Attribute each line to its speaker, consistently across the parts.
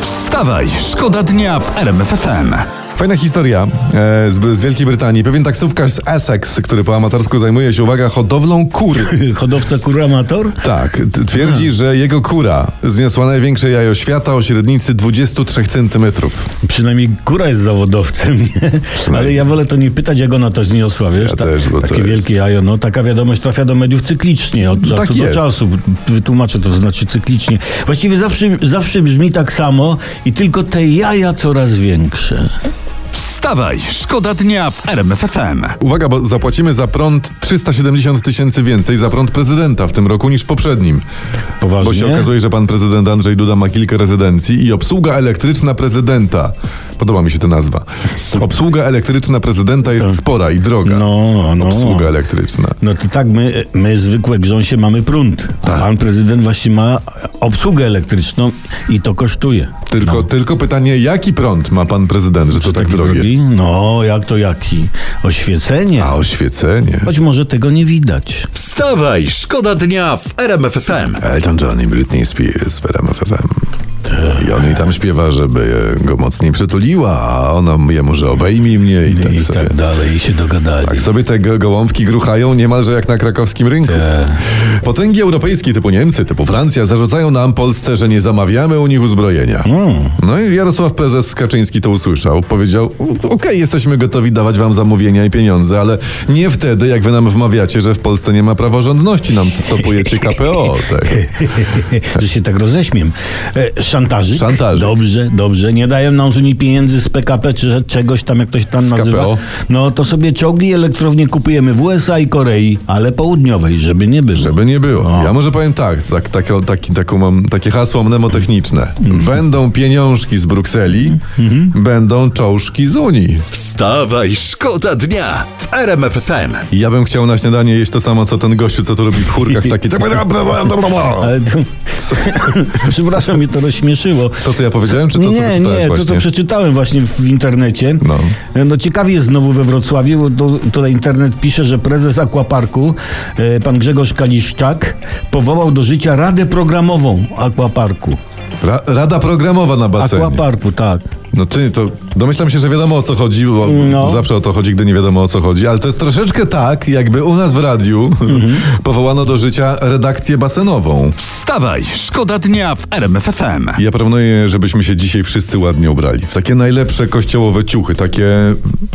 Speaker 1: Wstawaj, szkoda dnia w RMFFM.
Speaker 2: Fajna historia e, z, z Wielkiej Brytanii. Pewien taksówkarz z Essex, który po amatorsku zajmuje się, uwaga, hodowlą kur.
Speaker 3: Hodowca kuramator?
Speaker 2: Tak, t- twierdzi,
Speaker 3: Hmm.
Speaker 2: że jego kura zniosła największe jajo świata o średnicy 23 cm.
Speaker 3: Przynajmniej kura jest zawodowcem, nie? Ale ja wolę to nie pytać, jak ona to zniosła, wiesz?
Speaker 2: Ja też, bo to
Speaker 3: takie
Speaker 2: jest-
Speaker 3: wielkie jajo. No, taka wiadomość trafia do mediów cyklicznie, od czasu
Speaker 2: tak
Speaker 3: do
Speaker 2: jest.
Speaker 3: czasu. Wytłumaczę to, znaczy cyklicznie. Właściwie zawsze, zawsze brzmi tak samo i tylko te jaja coraz większe.
Speaker 1: Wstawaj, szkoda dnia w RMFFM.
Speaker 2: Uwaga, bo zapłacimy za prąd 370 tysięcy więcej za prąd prezydenta w tym roku niż w poprzednim.
Speaker 3: Poważnie?
Speaker 2: Bo się okazuje, że pan prezydent Andrzej Duda ma kilka rezydencji i obsługa elektryczna prezydenta. Podoba mi się ta nazwa. Obsługa elektryczna prezydenta jest spora i droga.
Speaker 3: Tak. No, no.
Speaker 2: Obsługa elektryczna.
Speaker 3: No to tak, my, my zwykłe grząsie mamy prąd. A
Speaker 2: Tak.
Speaker 3: pan prezydent właśnie ma obsługę elektryczną i to kosztuje.
Speaker 2: Tylko, tylko pytanie, jaki prąd ma pan prezydent, że to tak
Speaker 3: No. Taki
Speaker 2: drogie?
Speaker 3: drogi? No, jak to jaki? Oświecenie.
Speaker 2: A oświecenie.
Speaker 3: Choć może tego nie widać.
Speaker 1: Wstawaj, szkoda dnia w RMFFM.
Speaker 2: Elton John i Britney Spears w RMFFM.
Speaker 3: Tak.
Speaker 2: I on jej tam śpiewa, żeby go mocniej przytuliła, a ona jemu, że obejmij mnie i, tak
Speaker 3: I
Speaker 2: sobie.
Speaker 3: tak dalej, i się dogadali.
Speaker 2: Tak sobie te go- gołąbki gruchają niemalże jak na krakowskim rynku.
Speaker 3: Tak.
Speaker 2: Potęgi europejskie typu Niemcy, typu Francja zarzucają nam Polsce, że nie zamawiamy u nich uzbrojenia.
Speaker 3: Mm.
Speaker 2: No i Jarosław Prezes Kaczyński to usłyszał. Powiedział, okej, jesteśmy gotowi dawać wam zamówienia i pieniądze, ale nie wtedy, jak wy nam wmawiacie, że w Polsce nie ma praworządności, nam stopujecie KPO. Tak.
Speaker 3: Że się tak roześmiem. E, szantażyk.
Speaker 2: Szantażyk.
Speaker 3: Dobrze, dobrze. Nie dają nam z Unii pieniędzy z PKP czy czegoś tam, jak ktoś tam
Speaker 2: KPO.
Speaker 3: nazywa. No to sobie czołgi i elektrownie kupujemy w USA i Korei, ale południowej, żeby nie było.
Speaker 2: Żeby nie było.
Speaker 3: No.
Speaker 2: Ja może powiem tak, tak, tak, taki, taką mam, takie hasło mnemotechniczne.
Speaker 3: Mhm.
Speaker 2: Będą pieniążki z Brukseli, będą czołżki z Unii.
Speaker 1: Wstawaj, szkoda dnia w RMFFM.
Speaker 2: Ja bym chciał na śniadanie jeść to samo, co ten gościu, co tu robi w chórkach, taki... tak,
Speaker 3: Ale to, przepraszam, mnie to rozśmieszyło.
Speaker 2: To, co ja powiedziałem, czy to, co
Speaker 3: nie,
Speaker 2: wyczytałeś
Speaker 3: nie, to co
Speaker 2: właśnie?
Speaker 3: przeczytałem właśnie w internecie.
Speaker 2: No.
Speaker 3: No. ciekawie jest znowu we Wrocławiu, bo tu- tutaj internet pisze, że prezes Aquaparku, e, pan Grzegorz Kaliszczak, powołał do życia radę programową Aquaparku.
Speaker 2: Ra, rada programowa na basenie.
Speaker 3: Aquaparku, tak.
Speaker 2: No ty, to domyślam się, że wiadomo o co chodzi, bo
Speaker 3: No.
Speaker 2: zawsze o to chodzi, gdy nie wiadomo o co chodzi, ale to jest troszeczkę tak, jakby u nas w radiu
Speaker 3: Mhm.
Speaker 2: powołano do życia redakcję basenową.
Speaker 1: Wstawaj, szkoda dnia w RMFFM.
Speaker 2: Ja proponuję, żebyśmy się dzisiaj wszyscy ładnie ubrali. W takie najlepsze kościołowe ciuchy, takie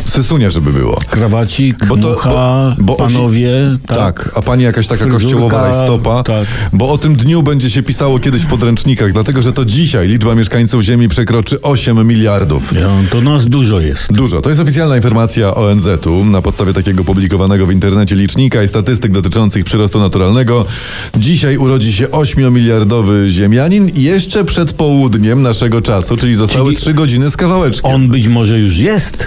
Speaker 2: sysunia, żeby było.
Speaker 3: Krawacik,
Speaker 2: Bo to-
Speaker 3: mucha,
Speaker 2: bo- bo osi-
Speaker 3: panowie, tak.
Speaker 2: Tak, a pani jakaś taka
Speaker 3: Fryzurka,
Speaker 2: kościołowa rajstopa,
Speaker 3: tak.
Speaker 2: bo o tym dniu będzie się pisało kiedyś w podręcznikach, dlatego że to dzisiaj liczba mieszkańców Ziemi przekroczy 8 miliardów.
Speaker 3: Ja, to nas dużo jest.
Speaker 2: Dużo. To jest oficjalna informacja ONZ-u na podstawie takiego publikowanego w internecie licznika i statystyk dotyczących przyrostu naturalnego. Dzisiaj urodzi się 8-miliardowy ziemianin jeszcze przed południem naszego czasu, czyli zostały
Speaker 3: Czyli-
Speaker 2: trzy 3 godziny z kawałeczkiem.
Speaker 3: On być może już jest.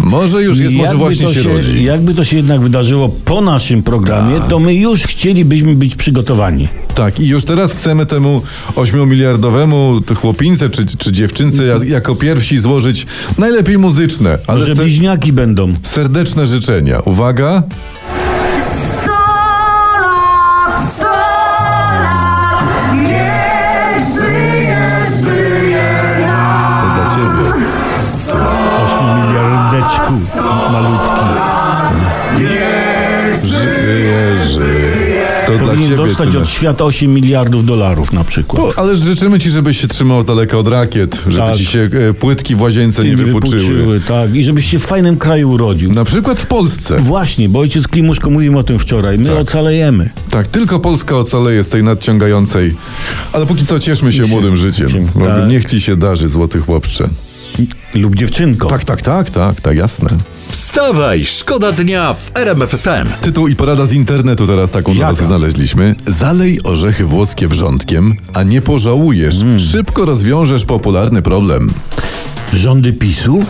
Speaker 2: Może już jest, może
Speaker 3: Jakby
Speaker 2: właśnie
Speaker 3: to
Speaker 2: się, rodzi.
Speaker 3: Jakby to się jednak wydarzyło po naszym programie, to my już chcielibyśmy być przygotowani.
Speaker 2: Tak, i już teraz chcemy temu 8-miliardowemu to chłopince czy, czy dziewczynce ja- jako pierwsi złożyć najlepiej muzyczne, ale
Speaker 3: Może
Speaker 2: ser-
Speaker 3: bliźniaki będą.
Speaker 2: serdeczne życzenia. Uwaga,
Speaker 4: Sto lat, sto lat, niech żyje, żyje nam.
Speaker 2: to dla ciebie.
Speaker 3: Miliardeczku malutki.
Speaker 2: Żyje, żyje. To dla
Speaker 3: Powinien
Speaker 2: ciebie.
Speaker 3: dostać
Speaker 2: tyle.
Speaker 3: od świata 8 miliardów dolarów na przykład.
Speaker 2: O, ale życzymy ci, żebyś się trzymał z daleka od rakiet, żeby
Speaker 3: Tak.
Speaker 2: ci się e, płytki w łazience nie
Speaker 3: Im
Speaker 2: wypuczyły.
Speaker 3: tak. I żebyś się w fajnym kraju urodził.
Speaker 2: Na przykład w Polsce.
Speaker 3: Właśnie, bo ojciec Klimuszko mówił o tym wczoraj. My ocalejemy.
Speaker 2: Tak, tylko Polska ocaleje z tej nadciągającej. Ale póki co cieszmy się młodym życiem.
Speaker 3: życiem, tak.
Speaker 2: Niech ci się darzy, złoty chłopcze.
Speaker 3: Lub dziewczynko.
Speaker 2: Tak, tak, tak, tak, tak, jasne.
Speaker 1: Wstawaj, szkoda dnia w RMFFM.
Speaker 2: Tytuł i porada z internetu teraz taką dla
Speaker 3: Jaka?
Speaker 2: was znaleźliśmy. Zalej orzechy włoskie wrzątkiem, a nie
Speaker 3: Mm.
Speaker 2: pożałujesz. Szybko rozwiążesz popularny problem.
Speaker 3: Rządy PiSu?